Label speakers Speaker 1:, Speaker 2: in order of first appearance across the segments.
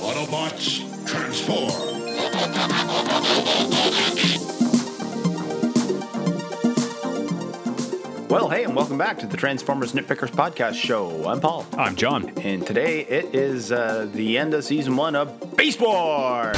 Speaker 1: Autobots, transform!
Speaker 2: Well, hey, and welcome back to the Transformers Nitpickers Podcast Show. I'm Paul,
Speaker 3: I'm John.
Speaker 2: and today it is uh, the end of season one of Beast Wars.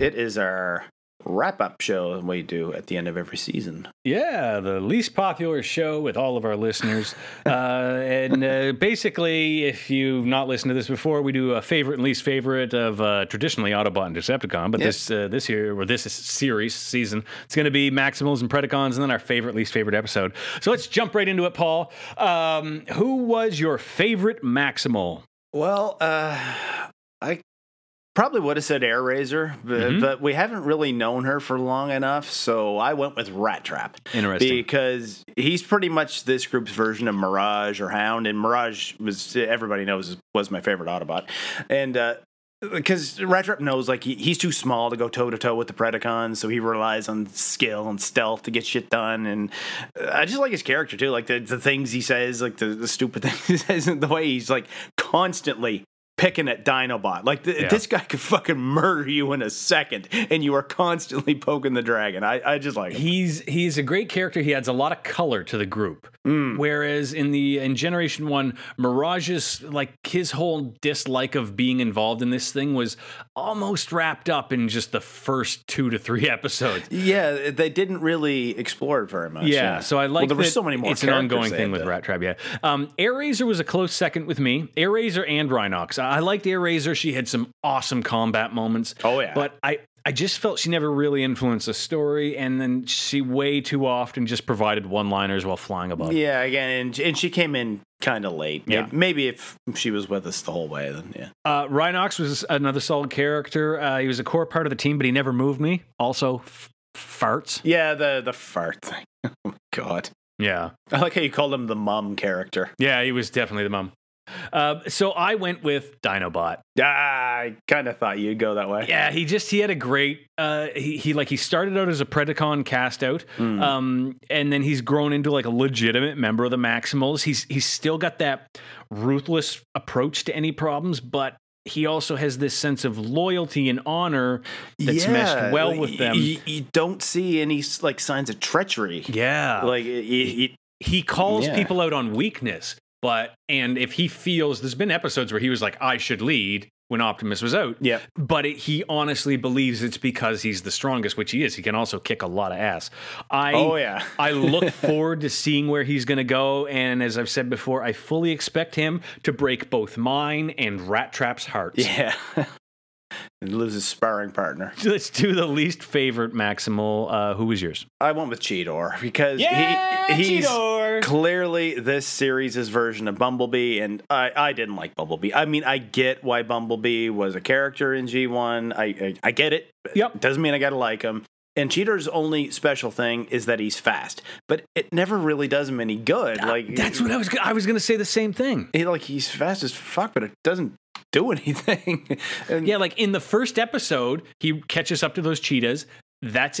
Speaker 2: It is our wrap-up show we do at the end of every season.
Speaker 3: Yeah, the least popular show with all of our listeners. uh, and uh, basically, if you've not listened to this before, we do a favorite and least favorite of uh, traditionally Autobot and Decepticon. But
Speaker 2: Yeah.
Speaker 3: this uh, this year or this series season, it's going to be Maximals and Predacons, and then our favorite least favorite episode. So let's jump right into it, Paul. Um, who was your favorite Maximal?
Speaker 2: Well, uh, I probably would have said Air Razor, but, but we haven't really known her for long enough, so I went with Rat Trap.
Speaker 3: Interesting.
Speaker 2: Because he's pretty much this group's version of Mirage or Hound, and Mirage was everybody knows was my favorite Autobot, and. Uh, because Rat Trap knows, like, he, he's too small to go toe to toe with the Predacons, so he relies on skill and stealth to get shit done. And uh, I just like his character, too. Like, the, the things he says, like, the, the stupid things he says, and the way he's, like, constantly picking at Dinobot. Like, th-
Speaker 3: Yeah.
Speaker 2: this guy could fucking murder you in a second, and you are constantly poking the dragon. I, I just like him.
Speaker 3: He's he's a great character. He adds a lot of color to the group.
Speaker 2: Mm.
Speaker 3: Whereas in the in Generation One, Mirage's like his whole dislike of being involved in this thing was almost wrapped up in just the first two to three episodes.
Speaker 2: Yeah, they didn't really explore it very much.
Speaker 3: Yeah, so I like
Speaker 2: Well, there were
Speaker 3: that
Speaker 2: so many more.
Speaker 3: It's an
Speaker 2: characters
Speaker 3: ongoing
Speaker 2: they
Speaker 3: thing
Speaker 2: had
Speaker 3: with
Speaker 2: to-
Speaker 3: Rat Trap. Yeah, um, Air Razor was a close second with me. Air Razor and Rhinox. I I liked Air Razor. She had some awesome combat moments.
Speaker 2: Oh, yeah.
Speaker 3: but I. I just felt she never really influenced the story, and then she way too often just provided one-liners while flying above.
Speaker 2: Yeah, again, and, and she came in kind of late. Maybe,
Speaker 3: Yeah.
Speaker 2: maybe if she was with us the whole way, then yeah.
Speaker 3: Uh, Rhinox was another solid character. Uh, he was a core part of the team, but he never moved me. Also, f- farts.
Speaker 2: Yeah, the the fart thing. Oh my god.
Speaker 3: Yeah.
Speaker 2: I like how you called him the mum character.
Speaker 3: Yeah, he was definitely the mom. Uh, so I went with Dinobot.
Speaker 2: Ah, I kind of thought you'd go that way.
Speaker 3: Yeah, he just he had a great uh he, he like he started out as a Predacon cast out.
Speaker 2: Hmm.
Speaker 3: Um and then he's grown into like a legitimate member of the Maximals. He's he's still got that ruthless approach to any problems, but he also has this sense of loyalty and honor that's meshed well with them.
Speaker 2: You, you don't see any like signs of treachery.
Speaker 3: yeah.
Speaker 2: Like it, it, it-
Speaker 3: he calls
Speaker 2: Yeah.
Speaker 3: people out on weakness but and if he feels there's been episodes where he was like i should lead when optimus was out
Speaker 2: yeah.
Speaker 3: but it, he honestly believes it's because he's the strongest which he is he can also kick a lot of ass i
Speaker 2: oh yeah.
Speaker 3: I look forward to seeing where he's going to go. And as I've said before, I fully expect him to break both mine and Rat Trap's hearts.
Speaker 2: yeah. and loses sparring partner.
Speaker 3: Let's do the least favorite Maximal. Uh, who was yours?
Speaker 2: I went with Cheetor because he, he's clearly this series' version of Bumblebee, and I, I didn't like Bumblebee. I mean, I get why Bumblebee was a character in G1. I I, I get it.
Speaker 3: Yep.
Speaker 2: Doesn't mean I gotta like him. And Cheater's only special thing is that he's fast, but it never really does him any good. Like
Speaker 3: That's what I was. I was going to say the same thing.
Speaker 2: he, like he's fast as fuck, but it doesn't do anything. And
Speaker 3: Yeah, like in the first episode, he catches up to those cheetahs. That's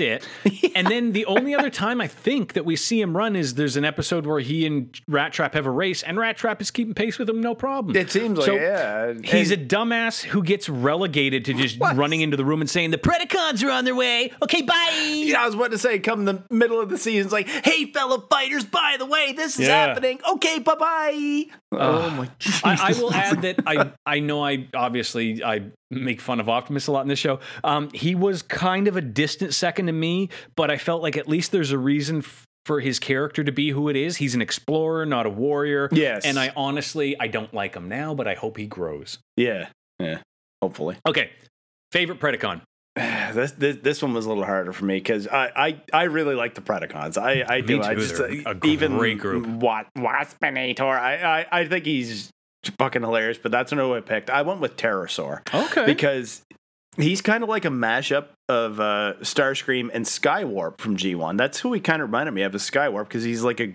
Speaker 3: it. And then the only other time I think that we see him run is there's an episode where he and Rat Trap have a race, and Rat Trap is keeping pace with him, no problem.
Speaker 2: it seems like
Speaker 3: So,
Speaker 2: yeah.
Speaker 3: He's a dumbass who gets relegated to just running into the room and saying the Predacons are on their way. Okay, bye.
Speaker 2: Yeah, I was about to say, come the middle of the season, it's like, hey, fellow fighters, by the way, this is
Speaker 3: Yeah.
Speaker 2: happening. Okay, bye bye. oh my
Speaker 3: I, I will add that I I know I obviously I make fun of Optimus a lot in this show. Um, he was kind of a distant second to me, but I felt like at least there's a reason. F- for his character to be who it is, he's an explorer, not a warrior.
Speaker 2: Yes.
Speaker 3: and I honestly I don't like him now, but I hope he grows.
Speaker 2: Yeah, yeah. Hopefully,
Speaker 3: Okay, favorite Predacon.
Speaker 2: this this, this one was a little harder for me because I, I I really like the Predacons. I I
Speaker 3: Me
Speaker 2: do. I
Speaker 3: too,
Speaker 2: just
Speaker 3: they're
Speaker 2: uh,
Speaker 3: a
Speaker 2: even
Speaker 3: great group.
Speaker 2: Wa- Waspinator. I, I I think he's fucking hilarious. But that's not who I picked. I went with Pterosaur
Speaker 3: Okay,
Speaker 2: because. He's kind of like a mashup of uh, Starscream and Skywarp from G1. That's who he kind of reminded me of, is Skywarp, because he's like a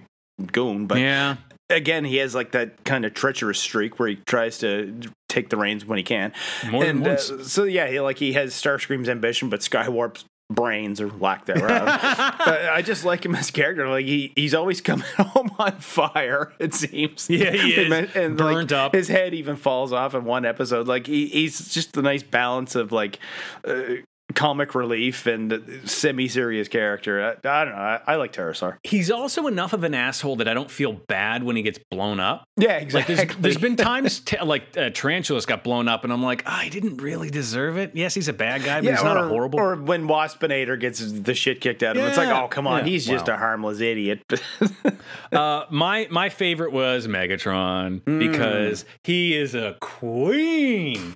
Speaker 2: goon, but
Speaker 3: yeah,
Speaker 2: again, he has like that kind of treacherous streak where he tries to take the reins when he can.
Speaker 3: more than
Speaker 2: and uh,
Speaker 3: once.
Speaker 2: so yeah, he like he has Starscream's ambition, but Skywarp's brains or lack thereof. But I just like him as a character. Like he, he's always coming home on fire. It seems.
Speaker 3: Yeah, he
Speaker 2: They
Speaker 3: is.
Speaker 2: men- and
Speaker 3: Burnt
Speaker 2: like,
Speaker 3: up.
Speaker 2: His head even falls off in one episode. Like he, he's just the nice balance of like. Uh, comic relief and semi-serious character i, I don't know i, I like pterosaur
Speaker 3: He's also enough of an asshole that I don't feel bad when he gets blown up.
Speaker 2: yeah
Speaker 3: Like
Speaker 2: exactly
Speaker 3: there's, there's been times t- like uh, Tarantulas got blown up, and I'm like, I didn't really deserve it. Yes, he's a bad guy, but he's not a horrible.
Speaker 2: Or when Waspinator gets the shit kicked out of him, it's like,
Speaker 3: Yeah.
Speaker 2: oh come on,
Speaker 3: Yeah.
Speaker 2: he's just
Speaker 3: Wow.
Speaker 2: a harmless idiot.
Speaker 3: uh, my my favorite was Megatron
Speaker 2: Mm.
Speaker 3: because he is a queen.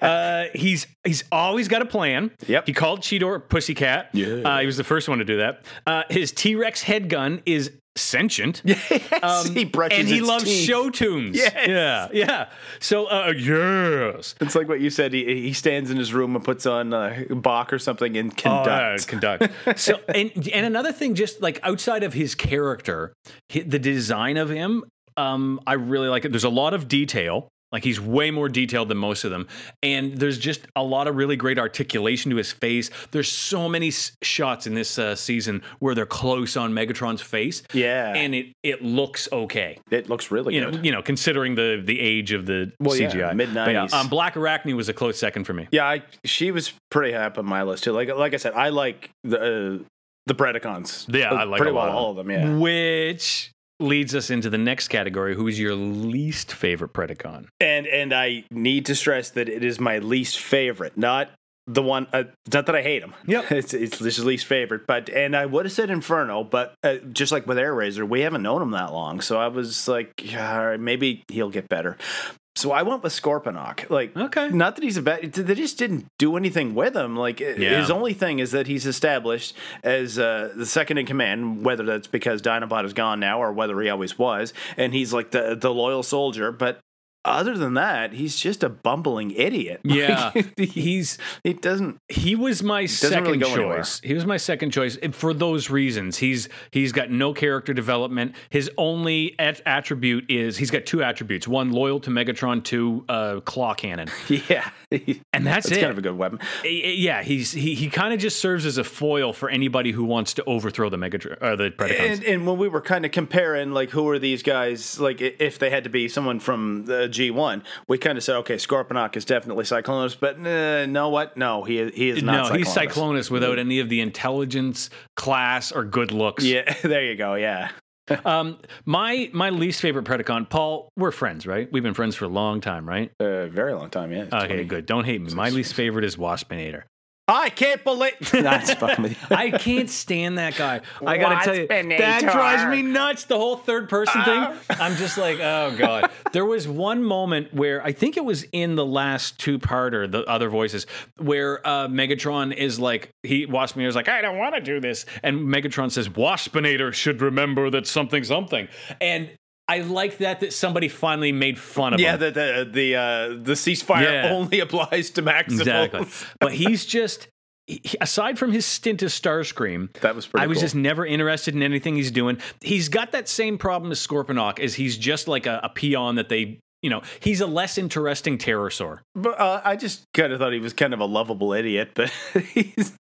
Speaker 3: uh, he's he's always got a plan.
Speaker 2: Yep.
Speaker 3: He called Cheetor a pussycat. Yeah. Uh, he was the first one to do that. Uh, his T Rex head gun is sentient. Yeah.
Speaker 2: he brushes
Speaker 3: Um, and he
Speaker 2: its
Speaker 3: loves
Speaker 2: teeth.
Speaker 3: show tunes.
Speaker 2: Yes.
Speaker 3: Yeah, yeah. So, uh, yes,
Speaker 2: It's like what you said. He, he stands in his room and puts on uh, Bach or something and conducts.
Speaker 3: Oh, yeah, conduct. so, and and another thing, just like outside of his character, hi- the design of him, um, I really like it. There's a lot of detail. Like he's way more detailed than most of them, and there's just a lot of really great articulation to his face. There's so many s- shots in this uh, season where they're close on Megatron's face,
Speaker 2: yeah,
Speaker 3: and it it looks okay.
Speaker 2: it looks really
Speaker 3: You
Speaker 2: good.
Speaker 3: know, you know, considering the the age of the
Speaker 2: Well, yeah,
Speaker 3: CGI,
Speaker 2: mid-nineties.
Speaker 3: But um, Black Arachne was a close second for me.
Speaker 2: yeah, I, she was pretty high up on my list too. Like like I said, I like the uh, the Predacons.
Speaker 3: Yeah, I like
Speaker 2: pretty
Speaker 3: a
Speaker 2: well
Speaker 3: lot of
Speaker 2: all of them. Yeah.
Speaker 3: Which leads us into the next category. Who is your least favorite Predacon?
Speaker 2: and and I need to stress that it is my least favorite, not the one. Uh, it's not that I hate him.
Speaker 3: Yep.
Speaker 2: it's it's his least favorite. But and I would have said Inferno, but uh, just like with Air Razor, we haven't known him that long, so I was like, yeah, all right, maybe he'll get better. So I went with Scorponok. Like,
Speaker 3: Okay.
Speaker 2: not that he's a bad. They just didn't do anything with him. Like i-
Speaker 3: Yeah.
Speaker 2: his only thing is that he's established as uh, the second in command. Whether that's because Dinobot is gone now, or whether he always was, and he's like the the loyal soldier. But other than that, he's just a bumbling idiot.
Speaker 3: Yeah.
Speaker 2: Like, he,
Speaker 3: He's
Speaker 2: he doesn't.
Speaker 3: he was my
Speaker 2: Doesn't
Speaker 3: second
Speaker 2: really go anywhere.
Speaker 3: choice. He was my second choice and for those reasons. He's he's got no character development. His only at- attribute is he's got two attributes: one loyal to Megatron, two uh, claw cannon,
Speaker 2: Yeah,
Speaker 3: and that's,
Speaker 2: it's
Speaker 3: it.
Speaker 2: kind of a good weapon.
Speaker 3: I- I- Eh, yeah, he's he, he kind of just serves as a foil for anybody who wants to overthrow the Megatron or the Predacons.
Speaker 2: And, and when we were kind of comparing, like, who are these guys? Like, i- if they had to be someone from the G one, we kind of said, okay, Scorponok is definitely Cyclonus, but uh, no, what? No, he is, he is not.
Speaker 3: no, he's
Speaker 2: Cyclonus.
Speaker 3: Cyclonus without any of the intelligence, class, or good looks.
Speaker 2: Yeah, there you go. Yeah,
Speaker 3: Um, my my least favorite Predacon, Paul. We're friends, right? We've been friends for a long time, right?
Speaker 2: uh, very long time. Yeah.
Speaker 3: Okay, good. Don't hate me. My least favorite is Waspinator.
Speaker 2: I can't believe that's fucking with you.
Speaker 3: I can't stand that guy. I gotta tell you, that
Speaker 2: Waspinator.
Speaker 3: drives me nuts. The whole third person thing. I'm just like, oh god. there was one moment where I think it was in the last two parter, the other voices, where uh, Megatron is like, he Waspinator's like, I don't want to do this, and Megatron says, Waspinator should remember that something something, and. I like that that somebody finally made fun of him.
Speaker 2: Yeah, the the the, uh, the ceasefire
Speaker 3: Yeah.
Speaker 2: only applies to Maximals.
Speaker 3: Exactly. but he's just, he- he- aside from his stint as Starscream,
Speaker 2: That was pretty.
Speaker 3: I was
Speaker 2: cool.
Speaker 3: just never interested in anything he's doing. He's got that same problem as Scorponok, is he's just like a, a peon that they, you know, he's a less interesting pterosaur.
Speaker 2: But, uh, I just kind of thought he was kind of a lovable idiot, but he's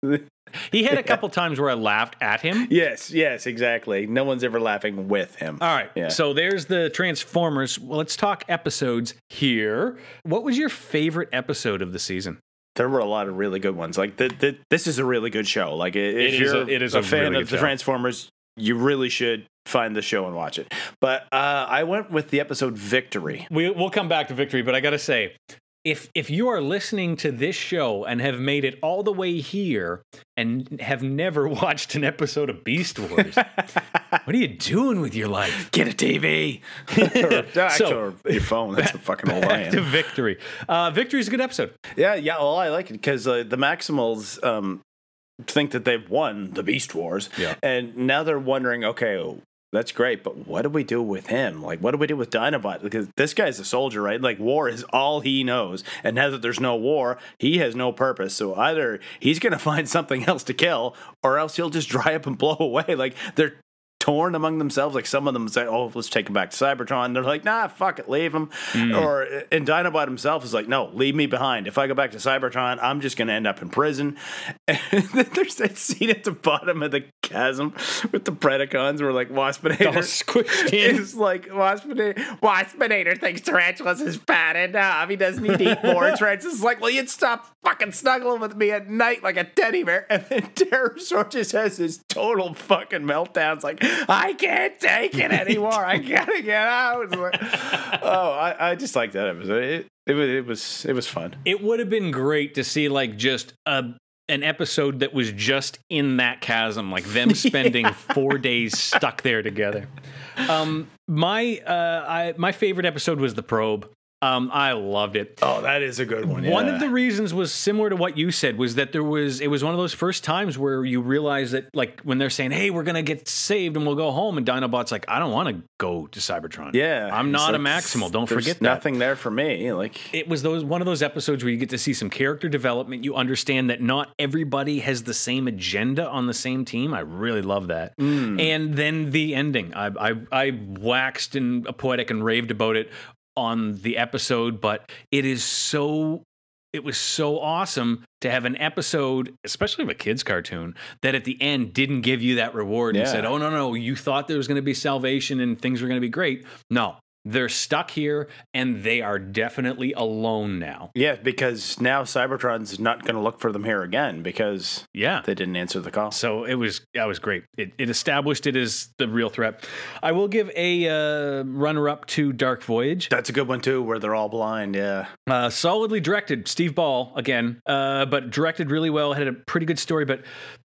Speaker 3: He had a couple times where I laughed at him.
Speaker 2: yes, yes, exactly. No one's ever laughing with him.
Speaker 3: All right.
Speaker 2: Yeah.
Speaker 3: So there's the Transformers. Well, let's talk episodes here. What was your favorite episode of the season?
Speaker 2: there were a lot of really good ones. Like th- th- this is a really good show. Like i- if
Speaker 3: It is
Speaker 2: you're
Speaker 3: a- it is
Speaker 2: a,
Speaker 3: a
Speaker 2: fan
Speaker 3: really
Speaker 2: of
Speaker 3: good
Speaker 2: the
Speaker 3: show.
Speaker 2: Transformers, you really should find the show and watch it. But uh, I went with the episode Victory.
Speaker 3: We, we'll come back to victory, but I got to say, if if you are listening to this show and have made it all the way here and have never watched an episode of Beast Wars, what are you doing with your life?
Speaker 2: Get a TV. or,
Speaker 3: So-
Speaker 2: or your phone. That's a fucking old I
Speaker 3: Back to
Speaker 2: am.
Speaker 3: victory. Uh, victory is a good episode.
Speaker 2: Yeah, yeah. Well, I like it because uh, the Maximals um, think that they've won the Beast Wars,
Speaker 3: Yeah.
Speaker 2: and now they're wondering, okay. That's great, but what do we do with him? Like, what do we do with Dinobot? Because this guy's a soldier, right? Like, war is all he knows. And now that there's no war, he has no purpose. So either he's going to find something else to kill, or else he'll just dry up and blow away. Like, they're torn among themselves. Like some of them say, "Oh, let's take him back to Cybertron." They're like, "Nah, fuck it, leave him." Or and Dinobot himself is like, "No, leave me behind. If I go back to Cybertron, I'm just going to end up in prison." And then there's that scene at the bottom of the chasm with the Predacons, where like
Speaker 3: All
Speaker 2: Waspinator
Speaker 3: squished in.
Speaker 2: it's like Waspinator, Waspinator thinks tarantulas is bad enough. He doesn't need to eat more. And Tarantula's like, well, you'd stop fucking snuggling with me at night like a teddy bear. And then Pterosaur just has this total fucking meltdown. It's like, I can't take it anymore. I gotta get out. It's like, oh, I, I just like that episode. It, it, was- it was it was fun.
Speaker 3: It would have been great to see like just a an episode that was just in that chasm, like them spending four days stuck there together. Um, my uh, I, my favorite episode was the probe. Um, I loved it.
Speaker 2: Oh, that is a good one.
Speaker 3: One of the reasons was similar to what you said was that there was it was one of those first times where you realize that like when they're saying, "Hey, we're gonna get saved and we'll go home," and Dinobot's like, "I don't want to go to Cybertron.
Speaker 2: yeah,
Speaker 3: I'm
Speaker 2: It's
Speaker 3: not a
Speaker 2: like,
Speaker 3: maximal. Don't
Speaker 2: there's
Speaker 3: forget that."
Speaker 2: nothing there for me. Like
Speaker 3: It was those one of those episodes where you get to see some character development. You understand that not everybody has the same agenda on the same team. I really love that. And then the ending. I, I I waxed and poetic and raved about it on the episode, but it is so it was so awesome to have an episode, especially of a kids cartoon, that at the end didn't give you that reward and
Speaker 2: Yeah.
Speaker 3: said, "Oh no, no, you thought there was going to be salvation and things were going to be great." No, they're stuck here and they are definitely alone now.
Speaker 2: Yeah, because now Cybertron's not going to look for them here again because
Speaker 3: Yeah.
Speaker 2: they didn't answer the call.
Speaker 3: So it was that was great. It, it established it as the real threat. I will give a uh, runner up to Dark Voyage.
Speaker 2: That's a good one too, where they're all blind. Yeah,
Speaker 3: Uh, solidly directed, Steve Ball again, uh, but directed really well. Had a pretty good story, but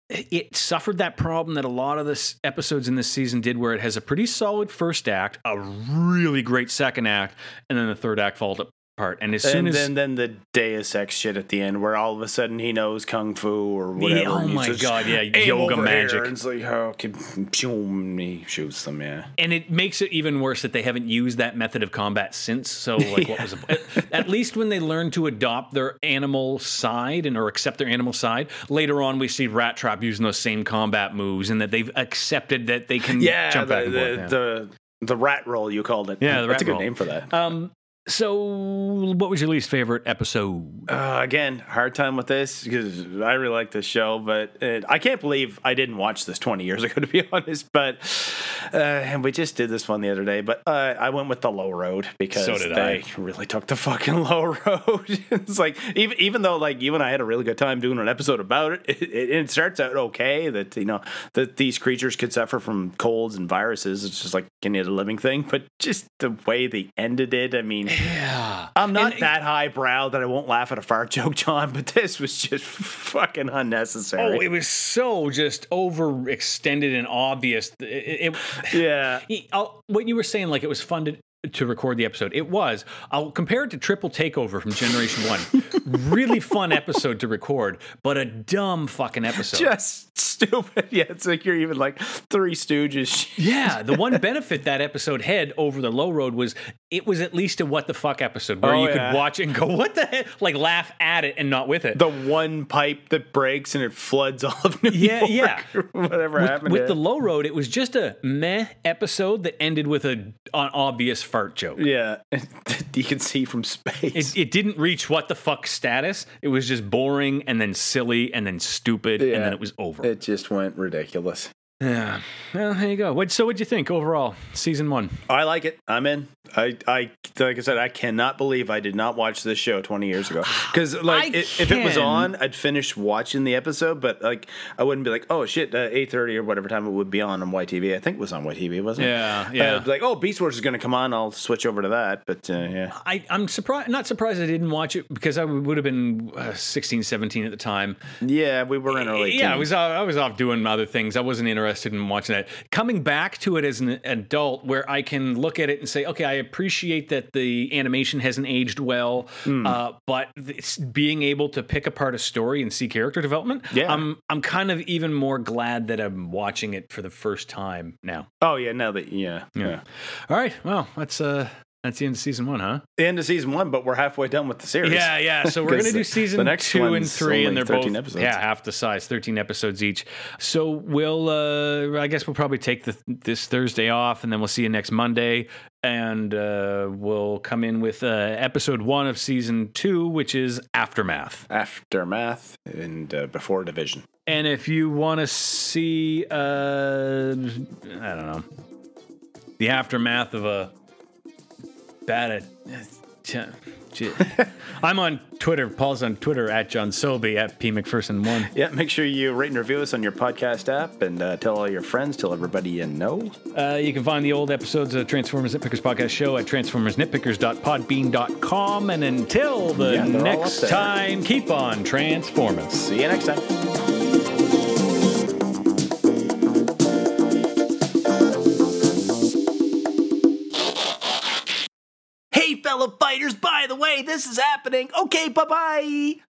Speaker 3: it suffered that problem that a lot of the s- episodes in this season did, where it has a pretty solid first act, a really great second act, and then the third act falls apart. And as soon
Speaker 2: and
Speaker 3: as
Speaker 2: then then the Deus Ex shit at the end, where all of a sudden he knows kung fu or whatever.
Speaker 3: Yeah, oh
Speaker 2: and he's
Speaker 3: my
Speaker 2: just,
Speaker 3: God, yeah,
Speaker 2: "Aim
Speaker 3: yoga
Speaker 2: over here,"
Speaker 3: magic.
Speaker 2: and it's like, "Oh, okay, pshoom," he shoots them. Yeah,
Speaker 3: and it makes it even worse that they haven't used that method of combat since. So, like, what was the, at, at least when they learn to adopt their animal side and or accept their animal side. Later on, we see Rat Trap using those same combat moves, and that they've accepted that they can jump
Speaker 2: the,
Speaker 3: back and
Speaker 2: the,
Speaker 3: forth. yeah.
Speaker 2: the the rat roll you called it.
Speaker 3: Yeah, the
Speaker 2: that's
Speaker 3: rat
Speaker 2: a good
Speaker 3: roll.
Speaker 2: name for that.
Speaker 3: Um, so, what was your least favorite episode?
Speaker 2: Uh, again, hard time with this because I really like this show, but it, I can't believe I didn't watch this 20 years ago, to be honest. But uh, and we just did this one the other day, but uh, I went with the low road because
Speaker 3: So did
Speaker 2: they really took the fucking low road. it's like even even though like you and I had a really good time doing an episode about it, it, it, it starts out okay that you know that these creatures could suffer from colds and viruses. It's just like any other living thing, but just the way they ended it, I mean.
Speaker 3: Yeah.
Speaker 2: I'm not
Speaker 3: And-
Speaker 2: that highbrow that I won't laugh at a fart joke, John, but this was just fucking unnecessary.
Speaker 3: Oh, it was so just overextended and obvious. It- it- it,
Speaker 2: yeah.
Speaker 3: He- I'll, what you were saying, like it was fun to, to record the episode. It was. I'll compare it to Triple Takeover from Generation One. really fun episode to record, but a dumb fucking episode.
Speaker 2: Just stupid. Yeah, it's like you're even like Three Stooges. shit.
Speaker 3: yeah, the one benefit that episode had over the low road was it was at least a what the fuck episode where
Speaker 2: Oh,
Speaker 3: you
Speaker 2: yeah.
Speaker 3: could watch it and go, what the heck? Like laugh at it and not with it.
Speaker 2: The one pipe that breaks and it floods all of New
Speaker 3: Yeah,
Speaker 2: York.
Speaker 3: yeah.
Speaker 2: Whatever happened
Speaker 3: with
Speaker 2: to
Speaker 3: the low road, it was just a meh episode that ended with a, an obvious fart joke.
Speaker 2: it. Yeah. you can see from space.
Speaker 3: It, it didn't reach what the fuck status. It was just boring and then silly and then stupid
Speaker 2: Yeah.
Speaker 3: and then it was over.
Speaker 2: it just went ridiculous.
Speaker 3: yeah. Well, there you go. What, so what'd you think overall, season one?
Speaker 2: I like it. I'm in. I, I, like I said, I cannot believe I did not watch this show 20 years ago. Because like,
Speaker 3: I
Speaker 2: i if it was
Speaker 3: can-
Speaker 2: on, I'd finish watching the episode, but like, I wouldn't be like, oh shit, uh, 8:30 or whatever time it would be on on YTV. I think it was on YTV, wasn't it?
Speaker 3: Yeah,
Speaker 2: Uh, like, oh, Beast Wars is going to come on. I'll switch over to that. But uh, yeah,
Speaker 3: I, I'm surprised, not surprised I didn't watch it because I would have been uh, 16, 17 at the time.
Speaker 2: yeah, we were in early.
Speaker 3: yeah, I was off, I was off doing other things. I wasn't interested in watching that. Coming back to it as an adult, where I can look at it and say, okay, I appreciate that the animation hasn't aged well,
Speaker 2: Hmm.
Speaker 3: uh, but it's being able to pick apart a story and see character development,
Speaker 2: Yeah.
Speaker 3: I'm I'm kind of even more glad that I'm watching it for the first time now.
Speaker 2: Oh yeah, now that yeah, yeah.
Speaker 3: All right, well, that's uh, That's the end of season one, huh?
Speaker 2: The end of season one, but we're halfway done with the series.
Speaker 3: Yeah, yeah. So we're gonna
Speaker 2: 'Cause
Speaker 3: do
Speaker 2: the-
Speaker 3: season
Speaker 2: the next
Speaker 3: two and
Speaker 2: one's
Speaker 3: three, and
Speaker 2: only
Speaker 3: they're
Speaker 2: 13
Speaker 3: both
Speaker 2: episodes.
Speaker 3: yeah half the size, thirteen episodes each. So we'll, uh, I guess we'll probably take the, this Thursday off, and then we'll see you next Monday, and uh, we'll come in with uh, episode one of season two, which is aftermath.
Speaker 2: Aftermath and uh, before division.
Speaker 3: And if you want to see, uh, I don't know, the aftermath of a bad. i I'm on Twitter. Paul's on Twitter at John Sobey at P McPherson one.
Speaker 2: Yeah, make sure you rate and review us on your podcast app and uh, tell all your friends, tell everybody you know.
Speaker 3: Uh, you can find the old episodes of Transformers Nitpickers podcast show at transformersnitpickers.podbean.com. And until the
Speaker 2: Yeah, they're all up
Speaker 3: next
Speaker 2: there.
Speaker 3: time, keep on transforming.
Speaker 2: See you next time. Hey, fellow fighters, by the way, this is happening. Okay, bye bye.